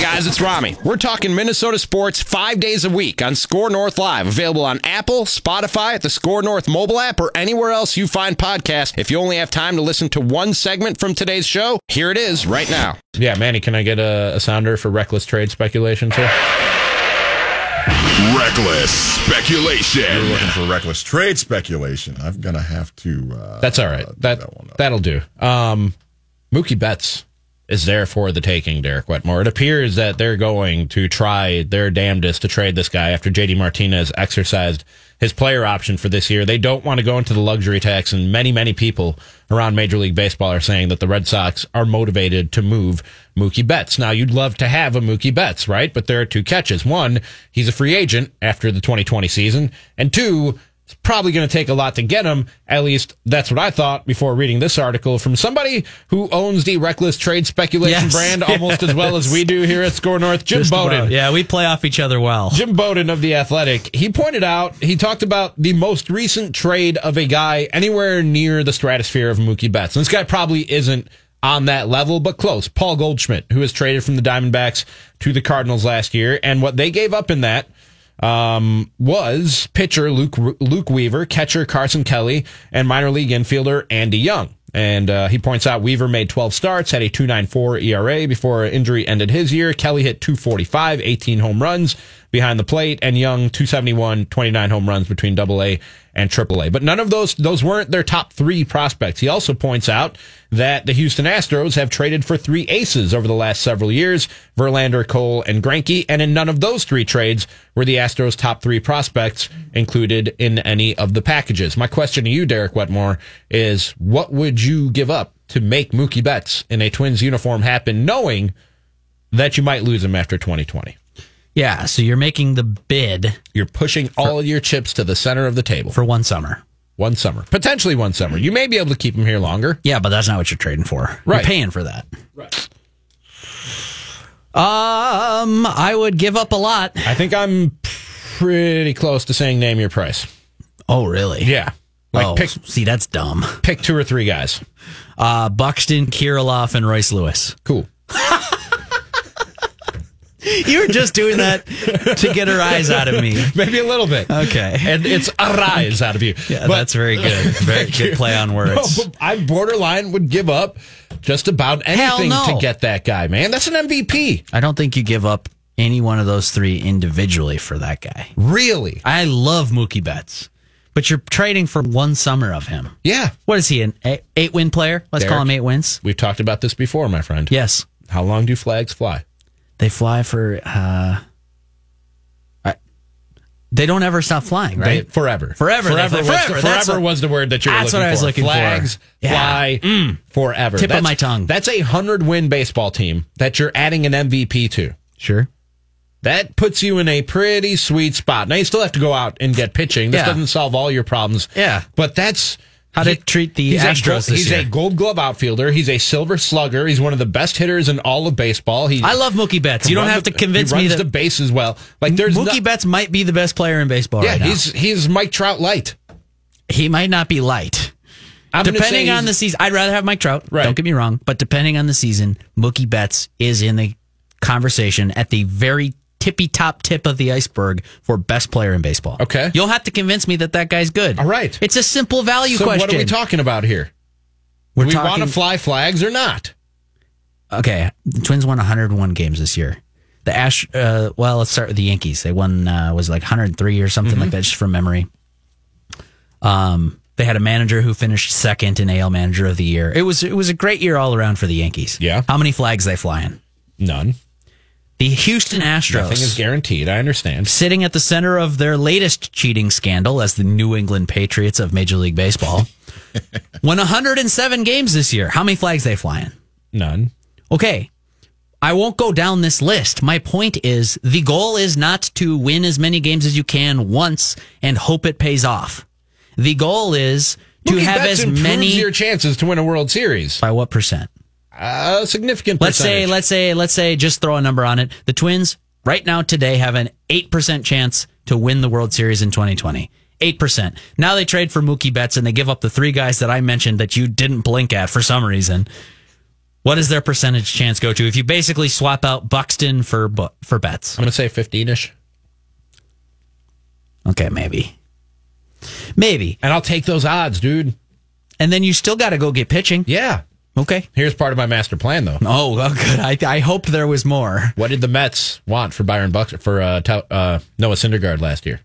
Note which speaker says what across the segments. Speaker 1: guys, it's Rami. We're talking Minnesota sports five days a week on Score North Live, available on Apple, Spotify, at the Score North mobile app, or anywhere else you find podcasts. If you only have time to listen to one segment from today's show, here it is right now.
Speaker 2: Yeah, Manny, can I get a, a sounder for reckless trade speculation too?
Speaker 3: Reckless
Speaker 4: You're
Speaker 3: speculation.
Speaker 4: looking for reckless trade speculation. I'm gonna have to. Uh,
Speaker 2: That's all right.
Speaker 4: do
Speaker 2: That,
Speaker 4: one up.
Speaker 2: that will do. Um, Mookie Betts is there for the taking, Derek Wetmore. It appears that they're going to try their damnedest to trade this guy after JD Martinez exercised his player option for this year. They don't want to go into the luxury tax, and many, many people around Major League Baseball are saying that the Red Sox are motivated to move Mookie Betts. Now, you'd love to have a Mookie Betts, right? But there are two catches. One, he's a free agent after the 2020 season, and two, it's probably going to take a lot to get him. At least that's what I thought before reading this article from somebody who owns the reckless trade speculation
Speaker 5: Yes.
Speaker 2: brand almost as well as we do here at Score North, Jim
Speaker 5: Just
Speaker 2: Bowden.
Speaker 5: about. Yeah, we play off each other well.
Speaker 2: Jim Bowden of The Athletic, he pointed out, he talked about the most recent trade of a guy anywhere near the stratosphere of Mookie Betts. And this guy probably isn't on that level, but close. Paul Goldschmidt, who was traded from the Diamondbacks to the Cardinals last year. And what they gave up in that um, was pitcher Luke, Luke Weaver, catcher Carson Kelly, and minor league infielder Andy Young. And uh, he points out Weaver made 12 starts, had a 2.94 ERA E before injury ended his year. Kelly hit 245, 18 home runs behind the plate, and Young 271, 29 home runs between Double A and Triple A. But none of those those weren't their top three prospects. He also points out that the Houston Astros have traded for three aces over the last several years: Verlander, Cole, and Granke. And in none of those three trades were the Astros' top three prospects included in any of the packages. My question to you, Derek Wetmore, is: What would you give up to make Mookie Betts in a Twins uniform happen, knowing that you might lose him after 2020?
Speaker 5: Yeah, so you're making the bid
Speaker 2: You're pushing all your chips to the center of the table
Speaker 5: for one summer.
Speaker 2: one summer, potentially one summer. You may be able to keep him here longer.
Speaker 5: Yeah, but that's not what you're trading for.
Speaker 2: Right.
Speaker 5: You're paying for that. Right. Um, I would give up a lot.
Speaker 2: I think I'm pretty close to saying name your price.
Speaker 5: Oh, really?
Speaker 2: Yeah, like
Speaker 5: oh,
Speaker 2: pick
Speaker 5: see, that's dumb.
Speaker 2: pick two or three guys.
Speaker 5: Uh, Buxton, Kirilov, and Royce Lewis.
Speaker 2: Cool.
Speaker 5: You were just doing that to get her eyes out of me.
Speaker 2: Maybe a little bit.
Speaker 5: Okay.
Speaker 2: And it's a rise out of you.
Speaker 5: Yeah,
Speaker 2: But-
Speaker 5: that's very good. Very
Speaker 2: Thank
Speaker 5: good
Speaker 2: you.
Speaker 5: play on
Speaker 2: No,
Speaker 5: words.
Speaker 2: but I borderline would give up just about
Speaker 5: Hell
Speaker 2: anything
Speaker 5: no.
Speaker 2: to get that guy, man. That's an MVP.
Speaker 5: I don't think you give up any one of those three individually for that guy.
Speaker 2: Really?
Speaker 5: I love Mookie Betts, but you're trading for one summer of him.
Speaker 2: Yeah.
Speaker 5: What is he, an eight, eight win player? Let's call
Speaker 2: Derek.
Speaker 5: him eight wins.
Speaker 2: We've talked about this before, my friend.
Speaker 5: Yes.
Speaker 2: How long do flags fly?
Speaker 5: They fly for, uh, I- they don't ever stop flying, right?
Speaker 2: They- forever.
Speaker 5: Forever, they
Speaker 2: Forever,
Speaker 5: fly-
Speaker 2: was,
Speaker 5: forever, that's
Speaker 2: forever
Speaker 5: what-
Speaker 2: was the word that you were
Speaker 5: that's
Speaker 2: looking
Speaker 5: what I was
Speaker 2: for.
Speaker 5: looking for.
Speaker 2: Flags
Speaker 5: Yeah. Mm.
Speaker 2: fly forever.
Speaker 5: Tip of
Speaker 2: that's,
Speaker 5: my tongue.
Speaker 2: That's a 100 win baseball team that you're adding an MVP to.
Speaker 5: sure.
Speaker 2: That puts you in a pretty sweet spot. Now, you still have to go out and get pitching. This
Speaker 5: Yeah.
Speaker 2: doesn't solve all your problems.
Speaker 5: Yeah.
Speaker 2: But that's.
Speaker 5: How to treat the
Speaker 2: he's a
Speaker 5: Astros
Speaker 2: gold-
Speaker 5: this
Speaker 2: He's
Speaker 5: year.
Speaker 2: a gold glove outfielder. He's a silver slugger. He's one of the best hitters in all of baseball. He
Speaker 5: I love Mookie Betts. You don't
Speaker 2: runs
Speaker 5: have to
Speaker 2: the-
Speaker 5: convince
Speaker 2: he runs
Speaker 5: me
Speaker 2: the
Speaker 5: that
Speaker 2: bases well. Like there's
Speaker 5: Mookie
Speaker 2: no-
Speaker 5: Betts might be the best player in baseball
Speaker 2: Yeah,
Speaker 5: right now.
Speaker 2: he's he's Mike Trout light.
Speaker 5: He might not be light.
Speaker 2: I'm gonna say
Speaker 5: depending on
Speaker 2: he's-
Speaker 5: the season, I'd rather have Mike Trout.
Speaker 2: Right.
Speaker 5: Don't get me wrong, but depending on the season, Mookie Betts is in the conversation at the very tippy top tip of the iceberg for best player in baseball.
Speaker 2: Okay.
Speaker 5: you'll have to convince me that that guy's good.
Speaker 2: All right.
Speaker 5: it's a simple value
Speaker 2: So
Speaker 5: question.
Speaker 2: what are we talking about here?
Speaker 5: We're
Speaker 2: Do we
Speaker 5: talking.
Speaker 2: want to fly flags or not?
Speaker 5: okay, the Twins won 101 games this year. The Ash, uh, well, let's start with the Yankees. They won uh, was like 103 or something
Speaker 2: Mm-hmm.
Speaker 5: like that, just from memory. Um, they had a manager who finished second in AL Manager of the Year. It was it was a great year all around for the Yankees.
Speaker 2: Yeah.
Speaker 5: how many flags they flying?
Speaker 2: None.
Speaker 5: The Houston Astros
Speaker 2: Nothing is guaranteed. I understand.
Speaker 5: sitting at the center of their latest cheating scandal as the New England Patriots of Major League Baseball. won 107 games this year. How many flags they flying?
Speaker 2: None.
Speaker 5: Okay. I won't go down this list. My point is the goal is not to win as many games as you can once and hope it pays off. The goal is to
Speaker 2: Mookie
Speaker 5: have
Speaker 2: Betts
Speaker 5: as
Speaker 2: improves
Speaker 5: many
Speaker 2: your chances to win a World Series.
Speaker 5: by what percent?
Speaker 2: A significant.
Speaker 5: Let's say
Speaker 2: percentage.
Speaker 5: let's say let's say just throw a number on it. The Twins right now today have an 8% chance to win the World Series in 2020. 8%. Now they trade for Mookie Betts and they give up the three guys that I mentioned that you didn't blink at for some reason. What does their percentage chance go to if you basically swap out Buxton for Bu- for Betts?
Speaker 2: I'm going to say 15 ish.
Speaker 5: Okay, maybe, maybe,
Speaker 2: And I'll take those odds, dude.
Speaker 5: and then you still got to go get pitching.
Speaker 2: Yeah.
Speaker 5: Okay.
Speaker 2: Here's part of my master plan, though.
Speaker 5: Oh, well, good. I I hoped there was more.
Speaker 2: What did the Mets want for Byron Buxton for uh, Tau- uh, Noah Syndergaard last year?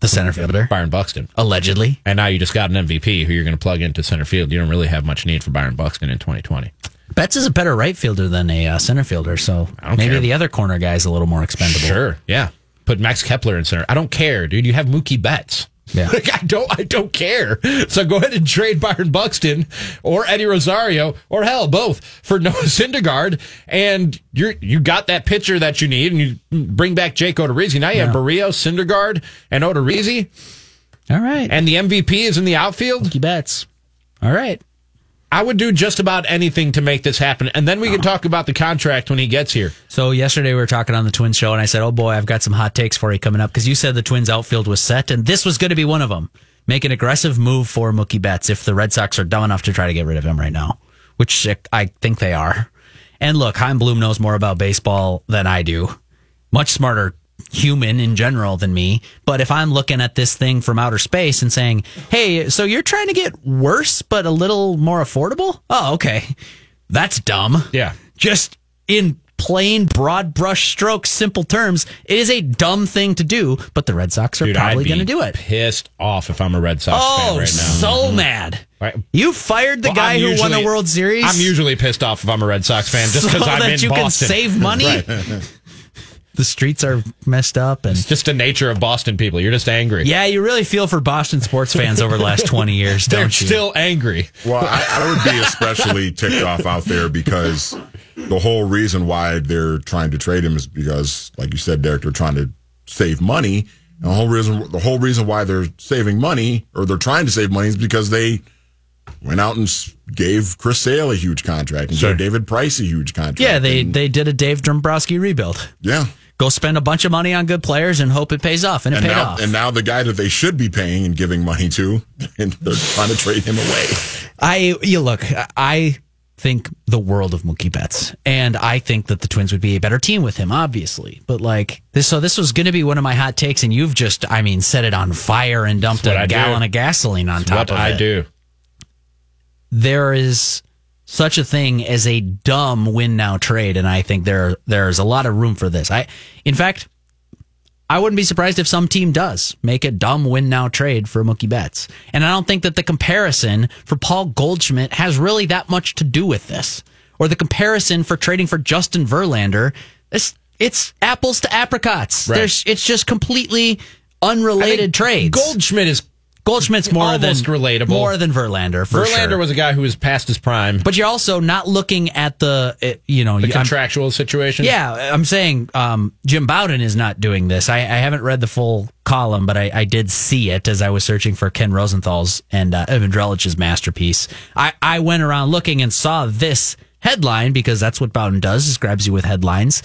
Speaker 5: The center fielder,
Speaker 2: Byron Buxton.
Speaker 5: allegedly.
Speaker 2: And now you just got an MVP who you're going to plug into center field. You don't really have much need for Byron Buxton in 2020.
Speaker 5: Betts is a better right fielder than a uh, center fielder, so
Speaker 2: don't
Speaker 5: maybe
Speaker 2: care.
Speaker 5: the other corner guy's a little more expendable.
Speaker 2: Sure, yeah. Put Max Kepler in center. I don't care, dude. You have Mookie Betts.
Speaker 5: Yeah.
Speaker 2: Like, I don't. I don't care. So go ahead and trade Byron Buxton or Eddie Rosario or hell both for Noah Syndergaard, and you're you got that pitcher that you need, and you bring back Jake Odorizzi. Now you have Barrio, Syndergaard, and Odorizzi,
Speaker 5: All right.
Speaker 2: and the MVP is in the outfield.
Speaker 5: Mookie Betts. All right.
Speaker 2: I would do just about anything to make this happen, and then we can talk about the contract when he gets here.
Speaker 5: So yesterday we were talking on the Twins show, and I said, "Oh boy, I've got some hot takes for you coming up," because you said the Twins outfield was set, and this was going to be one of them. Make an aggressive move for Mookie Betts if the Red Sox are dumb enough to try to get rid of him right now, which I think they are. And look, Heim Bloom knows more about baseball than I do. Much smarter human in general than me. But if I'm looking at this thing from outer space and saying, hey, so you're trying to get worse, but a little more affordable? Oh, okay. That's dumb
Speaker 2: Yeah.
Speaker 5: just in plain broad brush strokes, simple terms, it is a dumb thing to do, but the Red Sox are
Speaker 2: Dude, I'd
Speaker 5: probably
Speaker 2: be
Speaker 5: going to do it.
Speaker 2: Pissed off if I'm a Red Sox fan right
Speaker 5: Oh,
Speaker 2: now. Mm-hmm.
Speaker 5: so mad.
Speaker 2: Right.
Speaker 5: You fired the
Speaker 2: Well,
Speaker 5: guy
Speaker 2: I'm
Speaker 5: who won the
Speaker 2: usually-
Speaker 5: World Series
Speaker 2: I'm usually pissed off if I'm a Red Sox fan just
Speaker 5: so
Speaker 2: because I'm
Speaker 5: that
Speaker 2: in
Speaker 5: you
Speaker 2: Boston.
Speaker 5: can save money. the streets are messed up and
Speaker 2: It's just the nature of Boston people. You're just angry.
Speaker 5: yeah, you really feel for Boston sports fans over the last 20 years,
Speaker 2: They're
Speaker 5: don't you?
Speaker 2: still angry.
Speaker 4: Well, I, I would be especially ticked off out there because the whole reason why they're trying to trade him is because, like you said, Derek, they're trying to save money. And the whole reason, the whole reason why they're saving money or they're trying to save money is because they went out and s- gave Chris Sale a huge contract and gave David Price a huge contract.
Speaker 5: yeah, they,
Speaker 4: And-
Speaker 5: they did a Dave Dombrowski rebuild.
Speaker 4: yeah.
Speaker 5: Go spend a bunch of money on good players and hope it pays off, and it
Speaker 4: And
Speaker 5: paid
Speaker 4: now,
Speaker 5: off.
Speaker 4: and now the guy that they should be paying and giving money to, and they're trying to trade him away.
Speaker 5: I you look, I think the world of Mookie Betts, and I think that the Twins would be a better team with him, obviously. But like this, so this was going to be one of my hot takes, and you've just, I mean, set it on fire and dumped
Speaker 2: what
Speaker 5: a
Speaker 2: I do.
Speaker 5: gallon of gasoline on top
Speaker 2: What
Speaker 5: of
Speaker 2: I
Speaker 5: it.
Speaker 2: do.
Speaker 5: There is such a thing as a dumb win now trade, and I think there there is a lot of room for this. I, in fact. I wouldn't be surprised if some team does make a dumb win now trade for Mookie Betts. And I don't think that the comparison for Paul Goldschmidt has really that much to do with this. Or the comparison for trading for Justin Verlander, it's, it's apples to apricots. There's, it's just completely unrelated trades.
Speaker 2: Goldschmidt is.
Speaker 5: Goldschmidt's more than
Speaker 2: Almost relatable.
Speaker 5: more than Verlander for
Speaker 2: Verlander
Speaker 5: sure.
Speaker 2: was a guy who was past his prime.
Speaker 5: but you're also not looking at the uh, you know
Speaker 2: the
Speaker 5: I'm-
Speaker 2: contractual situation.
Speaker 5: yeah, I'm saying um, Jim Bowden is not doing this. I, I haven't read the full column, but I, I did see it as I was searching for Ken Rosenthal's and uh, Evan Drellich's masterpiece. I, I went around looking and saw this headline because that's what Bowden does, is grabs you with headlines.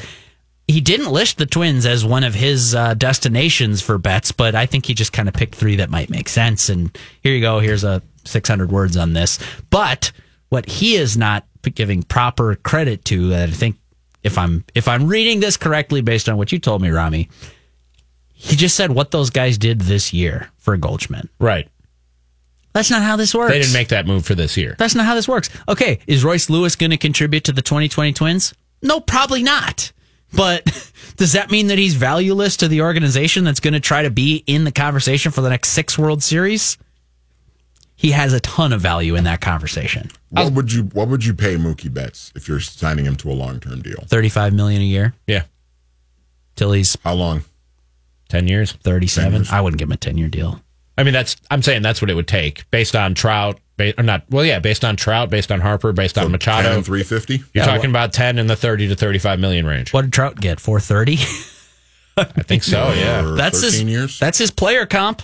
Speaker 5: He didn't list the Twins as one of his uh, destinations for bets, but I think he just kind of picked three that might make sense. And here you go. Here's a 600 words on this. But what he is not giving proper credit to that I think if I'm if I'm reading this correctly based on what you told me, Rami, he just said what those guys did this year for Goldschmidt.
Speaker 2: Right.
Speaker 5: That's not how this works.
Speaker 2: They didn't make that move for this year.
Speaker 5: That's not how this works. Okay, is Royce Lewis going to contribute to the 2020 Twins? No, probably not. But does that mean that he's valueless to the organization that's going to try to be in the conversation for the next six World Series? He has a ton of value in that conversation.
Speaker 4: What would you What would you pay Mookie Betts if you're signing him to a long term deal?
Speaker 5: 35 million a year
Speaker 2: Yeah.
Speaker 5: till he's
Speaker 4: How long?
Speaker 2: 10 years.
Speaker 5: 37. I wouldn't give him a 10 year deal.
Speaker 2: I mean, that's. I'm saying that's what it would take based on Trout. Ba- or not. Well, yeah, based on Trout, based on Harper, based on Machado.
Speaker 4: three fifty.
Speaker 2: You're talking about 10 in the 30 to 35 million range.
Speaker 5: What did Trout get? 430?
Speaker 2: I think so, yeah.
Speaker 5: that's his,
Speaker 4: thirteen years.
Speaker 5: That's his player comp.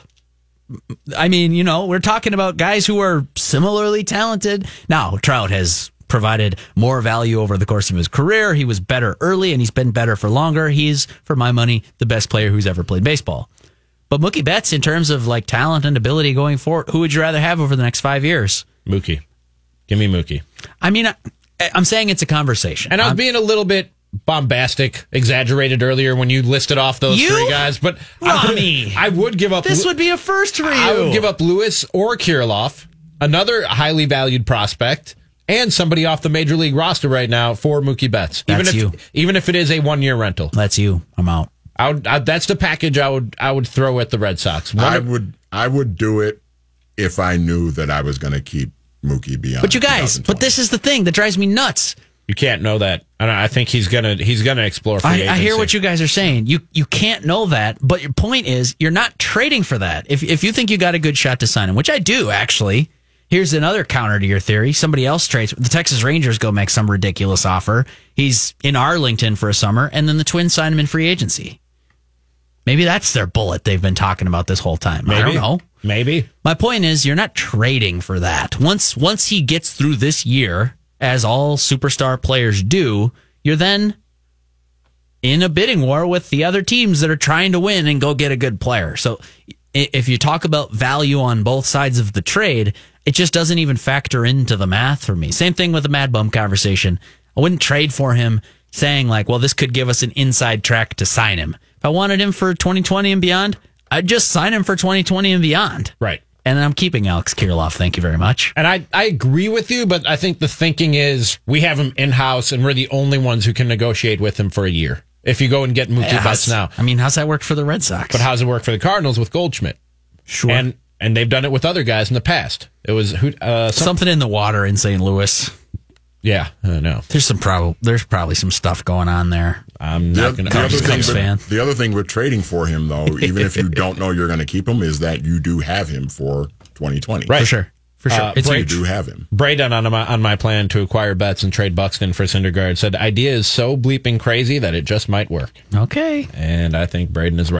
Speaker 5: I mean, you know, we're talking about guys who are similarly talented. Now, Trout has provided more value over the course of his career. He was better early and he's been better for longer. He's, for my money, the best player who's ever played baseball. But Mookie Betts, in terms of like talent and ability going forward, who would you rather have over the next five years?
Speaker 2: Mookie. Give me Mookie.
Speaker 5: I mean, I- I'm saying it's a conversation.
Speaker 2: And I was being a little bit bombastic, exaggerated earlier when you listed off those
Speaker 5: You?
Speaker 2: three guys, but
Speaker 5: Ronnie.
Speaker 2: I, I would give up.
Speaker 5: this would be a first for you.
Speaker 2: I would give up Lewis or Kirilov, another highly valued prospect, and somebody off the major league roster right now for Mookie Betts. even if
Speaker 5: That's you.
Speaker 2: even if it is a one year rental,
Speaker 5: That's you. I'm out.
Speaker 2: I would, I, that's the package I would I would throw at the Red Sox. One
Speaker 4: I
Speaker 2: of-
Speaker 4: would I would do it if I knew that I was going to keep Mookie beyond.
Speaker 5: But you guys, but
Speaker 4: 2020.
Speaker 5: this is the thing that drives me nuts.
Speaker 2: you can't know that, and I think he's gonna he's gonna explore. Free
Speaker 5: I, I hear
Speaker 2: agency.
Speaker 5: what you guys are saying. You you can't know that, but your point is you're not trading for that. If if you think you got a good shot to sign him, which I do actually. Here's another counter to your theory. Somebody else trades. The Texas Rangers go make some ridiculous offer. He's in Arlington for a summer, and then the Twins sign him in free agency. Maybe that's their bullet they've been talking about this whole time. I don't
Speaker 2: Maybe.
Speaker 5: know.
Speaker 2: Maybe
Speaker 5: My point is, you're not trading for that. Once once he gets through this year, as all superstar players do, you're then in a bidding war with the other teams that are trying to win and go get a good player. So i- if you talk about value on both sides of the trade, it just doesn't even factor into the math for me. Same thing with the Mad Bum conversation. I wouldn't trade for him saying like, well, this could give us an inside track to sign him. If I wanted him for 2020 and beyond, I'd just sign him for 2020 and beyond.
Speaker 2: right.
Speaker 5: And I'm keeping Alex Kirilov. Thank you very much.
Speaker 2: And I, I agree with you, but I think the thinking is we have him in house and we're the only ones who can negotiate with him for a year. If you go and get Mookie Betts
Speaker 5: How's-
Speaker 2: now,
Speaker 5: I mean, how's that work for the Red Sox?
Speaker 2: but how's it work for the Cardinals with Goldschmidt?
Speaker 5: sure.
Speaker 2: And and they've done it with other guys in the past. It was who? Uh, some,
Speaker 5: Something in the water in St. Louis.
Speaker 2: yeah, I know.
Speaker 5: There's some prob- There's probably some stuff going on there.
Speaker 2: I'm not
Speaker 4: The,
Speaker 2: going
Speaker 4: the other
Speaker 5: just
Speaker 4: thing
Speaker 5: Cubs
Speaker 4: with,
Speaker 5: fan.
Speaker 4: the other thing with trading for him, though, even if you don't know you're going to keep him, is that you do have him for 2020.
Speaker 2: Right.
Speaker 5: For sure. For sure.
Speaker 2: Uh,
Speaker 5: it's
Speaker 4: You
Speaker 2: Brady-
Speaker 4: do have him.
Speaker 2: Braden on my on my plan to acquire Betts and trade Buxton for Syndergaard said idea is so bleeping crazy that it just might work.
Speaker 5: okay.
Speaker 2: And I think Braden is right.